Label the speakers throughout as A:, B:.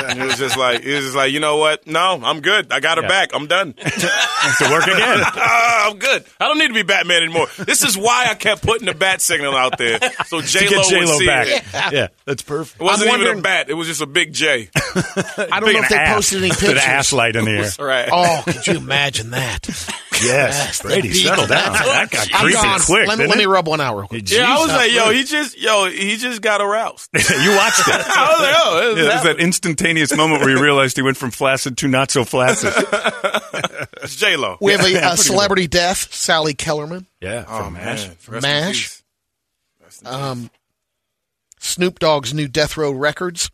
A: And it was just like it was just like you know what? No, I'm good. I got her
B: Yeah.
A: back. I'm done.
B: Have to work again.
A: Ah, I'm good. I don't need to be Batman anymore. This is why I kept putting the bat signal out there so J Lo
B: Get J
A: would
B: Lo
A: see
B: back.
A: it.
B: Yeah. that's perfect.
A: It wasn't
C: I'm
A: even a
C: wondering-
A: bat. It was just a big J.
C: I don't know if they posted any
B: An ass
C: pictures.
B: light in the air.
A: All right.
C: oh, could you imagine that?
B: Yes,
C: the
B: Brady,
C: beat.
B: settle down. That got
C: I'm
B: creepy
C: gone.
B: quick.
C: let me,
B: didn't
C: let me
B: it?
C: rub one out real quick.
B: Jeez.
A: yeah, I was like, yo, he just, yo, he just got aroused. I
B: you watched it.
A: was like, oh,
B: Yeah, there's that instantaneous moment where you realized he went from flaccid to not so flaccid.
A: that's J Lo.
C: We have a, Oh, a celebrity death, Sally Kellerman.
B: Yeah, from Ash.
C: MASH. Um, Snoop Dogg's new Death Row Records.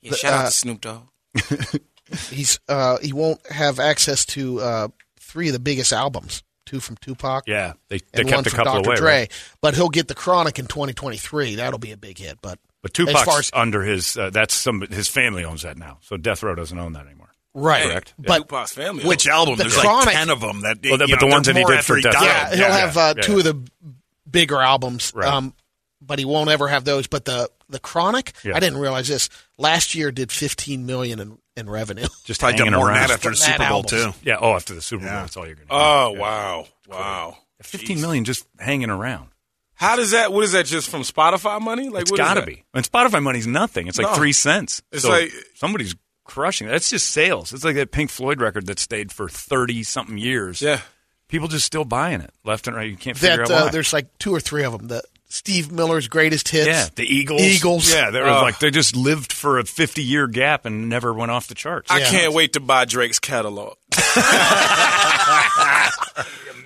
A: Yeah, shout
C: uh,
A: out to Snoop Dogg.
C: He's uh, he won't have access to uh, three of the biggest albums, two from Tupac,
B: Yeah, they, they
C: and
B: kept
C: one
B: a
C: from
B: couple
C: Dr.
B: away.
C: Dre.
B: right?
C: But he'll get the Chronic in 2023. That'll be a big hit. But
B: But
C: as
B: Tupac's
C: far as
B: under his. Uh, that's some. His family owns that now, so Death Row doesn't own that anymore.
C: right,
B: Correct.
C: But
A: Tupac's family.
D: Which album?
C: The
D: There's
C: Chronic-
D: like ten of them. That
B: Well,
D: you
B: but the
D: know,
B: ones
D: they're
B: that he
D: more
B: did
D: after
B: for Death Row.
C: yeah,
D: died.
C: he'll
B: yeah,
C: have uh,
B: yeah,
C: two
B: yeah.
C: of the bigger albums.
B: Right.
C: Um, but he won't ever have those. But the the Chronic,
B: Yeah.
C: I didn't realize this. Last year did 15 million in, in revenue.
B: Just
D: Probably
B: hanging
D: done more than
B: around.
D: that after the
C: From that
D: Super Bowl
C: album.
D: too.
B: yeah. Oh, after the Super Bowl,
D: Yeah.
B: that's all you're gonna.
A: Oh,
B: do.
A: wow. Wow.
B: Yeah. Fifteen million just hanging around.
A: How does that, what is that, just from Spotify money? Like,
B: It's
A: what is
B: gotta
A: that?
B: be. And Spotify money's nothing. It's like
A: No.
B: three cents.
A: It's
B: so
A: like-
B: somebody's crushing. it. That's just sales. It's like that Pink Floyd record that stayed for thirty something years.
A: Yeah.
B: People just still buying it left and right. You can't figure out
C: that uh,
B: why.
C: there's like two or three of them. The Steve Miller's greatest hits.
B: yeah, the Eagles.
C: Eagles.
B: Yeah, they were
A: Ugh.
B: like they just lived for a fifty-year gap and never went off the charts.
A: I
C: Yeah.
A: can't wait to buy Drake's catalog.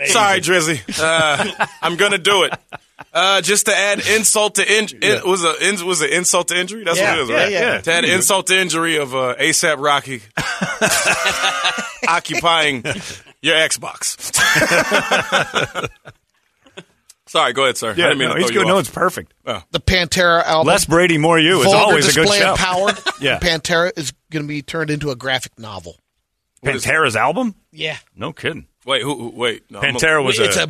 A: Sorry, Drizzy. Uh, I'm gonna do it. Uh, just to add insult to injury, it was a in- was an insult to injury. That's what
C: Yeah,
A: it is,
C: yeah,
A: right?
C: yeah.
A: To
B: Mm-hmm.
A: add insult to injury of uh, ASAP Rocky occupying your Xbox. Sorry, go ahead, sir. I
B: Yeah,
A: didn't mean
B: no,
A: to
B: he's
A: throw
B: good.
A: you
B: No,
A: off.
B: it's perfect.
C: The Pantera album.
B: Less Brady, more you is
C: Vulgar
B: always a good
C: display
B: show.
C: of power.
B: Yeah.
C: Pantera is going to be turned into a graphic novel.
B: Pantera's album?
C: Yeah.
B: No kidding.
A: Wait, who, who? Wait, no, I'm a-
B: Pantera was
C: it's
B: a,
C: a-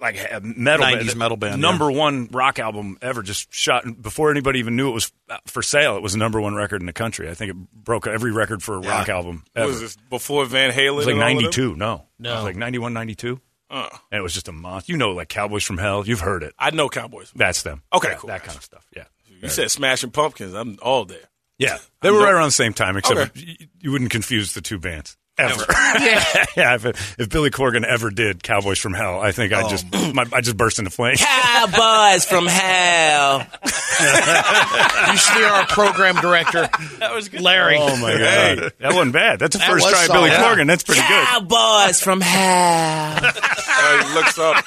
B: like a metal
D: 90s
B: band,
D: metal band,
B: number one rock album ever. Just shot and before anybody even knew it was uh, for sale. It was the number one record in the country. I think it broke every record for a rock album
A: What
B: ever.
A: was this before Van Halen?
B: It was like
A: and all of them? Uh,
B: 92. No.
C: No.
B: It was like 91, 92. And it was just a monster. You know, like Cowboys from Hell. You've heard it.
A: I know Cowboys.
B: That's them.
A: Okay,
B: Yeah,
A: cool.
B: That kind of stuff. Yeah.
A: You said Smashing Pumpkins. I'm all there.
B: Yeah. They were right around the same time, except
A: Okay.
B: y- you wouldn't confuse the two bands. Ever. yeah. If, if Billy Corgan ever did Cowboys from Hell, I think I
A: Oh,
B: just my, I just burst into flames.
E: Cowboys from hell.
C: You should hear our program director, Larry.
B: Oh my god, that wasn't bad. That's the
C: That
B: first
C: was
B: try, at Billy
C: solid.
B: Corgan. That's pretty good.
E: Cowboys from hell.
A: Uh, he looks up.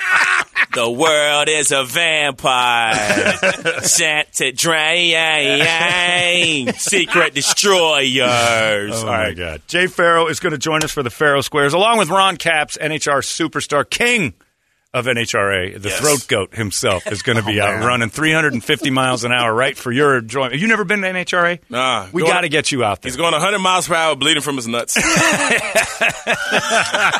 E: The world is a vampire sent to drain secret destroyers.
B: Oh my god, Jay Farrow is going to join us for the Farrow Squares, along with Ron Caps, NHR superstar King of NHRA, the
A: Yes. Oh,
B: throat goat himself, is going to be out running 350 miles an hour, right for your enjoyment. You never been to NHRA?
A: Nah.
B: We
A: Go-
B: got to get you out there.
A: He's going 100 miles per hour, bleeding from his nuts.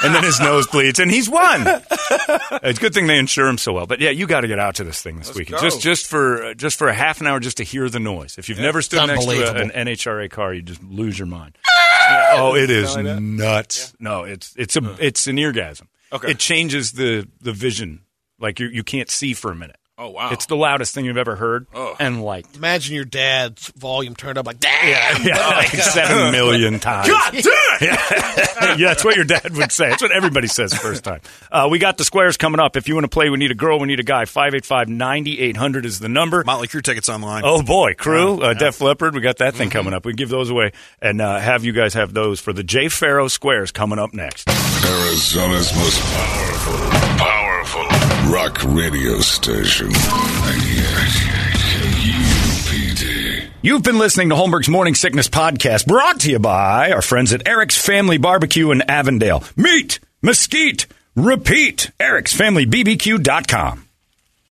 B: and then his nose bleeds, and he's won. it's a good thing they insure him so well. But yeah, you got to get out to this thing this weekend,
A: go.
B: just just for uh, just for a half an hour, just to hear the noise. If you've never stood next
C: It's
B: to a- an
C: unbelievable.
B: NHRA car, you just lose your mind. Yeah, oh, it is nuts. No, it's it's a it's an eargasm.
A: Okay.
B: it changes the the vision. Like you you can't see for a minute.
A: Oh, wow.
B: It's the loudest thing you've ever heard and liked.
C: Imagine your dad's volume turned up like, damn.
B: Yeah, like seven million times. God damn! yeah, that's what your dad would say. That's what everybody says first time. Uh, we got the squares coming up. If you want to play, we need a girl, we need a guy. 585 9800 is the number.
D: Motley Crue tickets online.
B: Oh boy, crew, uh, Def Leppard, we got that thing coming up. We give those away and uh, have you guys have those for the Jay Farrow Squares coming up next.
F: Arizona's most powerful, powerful rock radio station. 98 KUPD.
B: You've been listening to Holmberg's Morning Sickness Podcast, brought to you by our friends at Eric's Family Barbecue in Avondale. Meet, mesquite, repeat, ericsfamilybbq.com.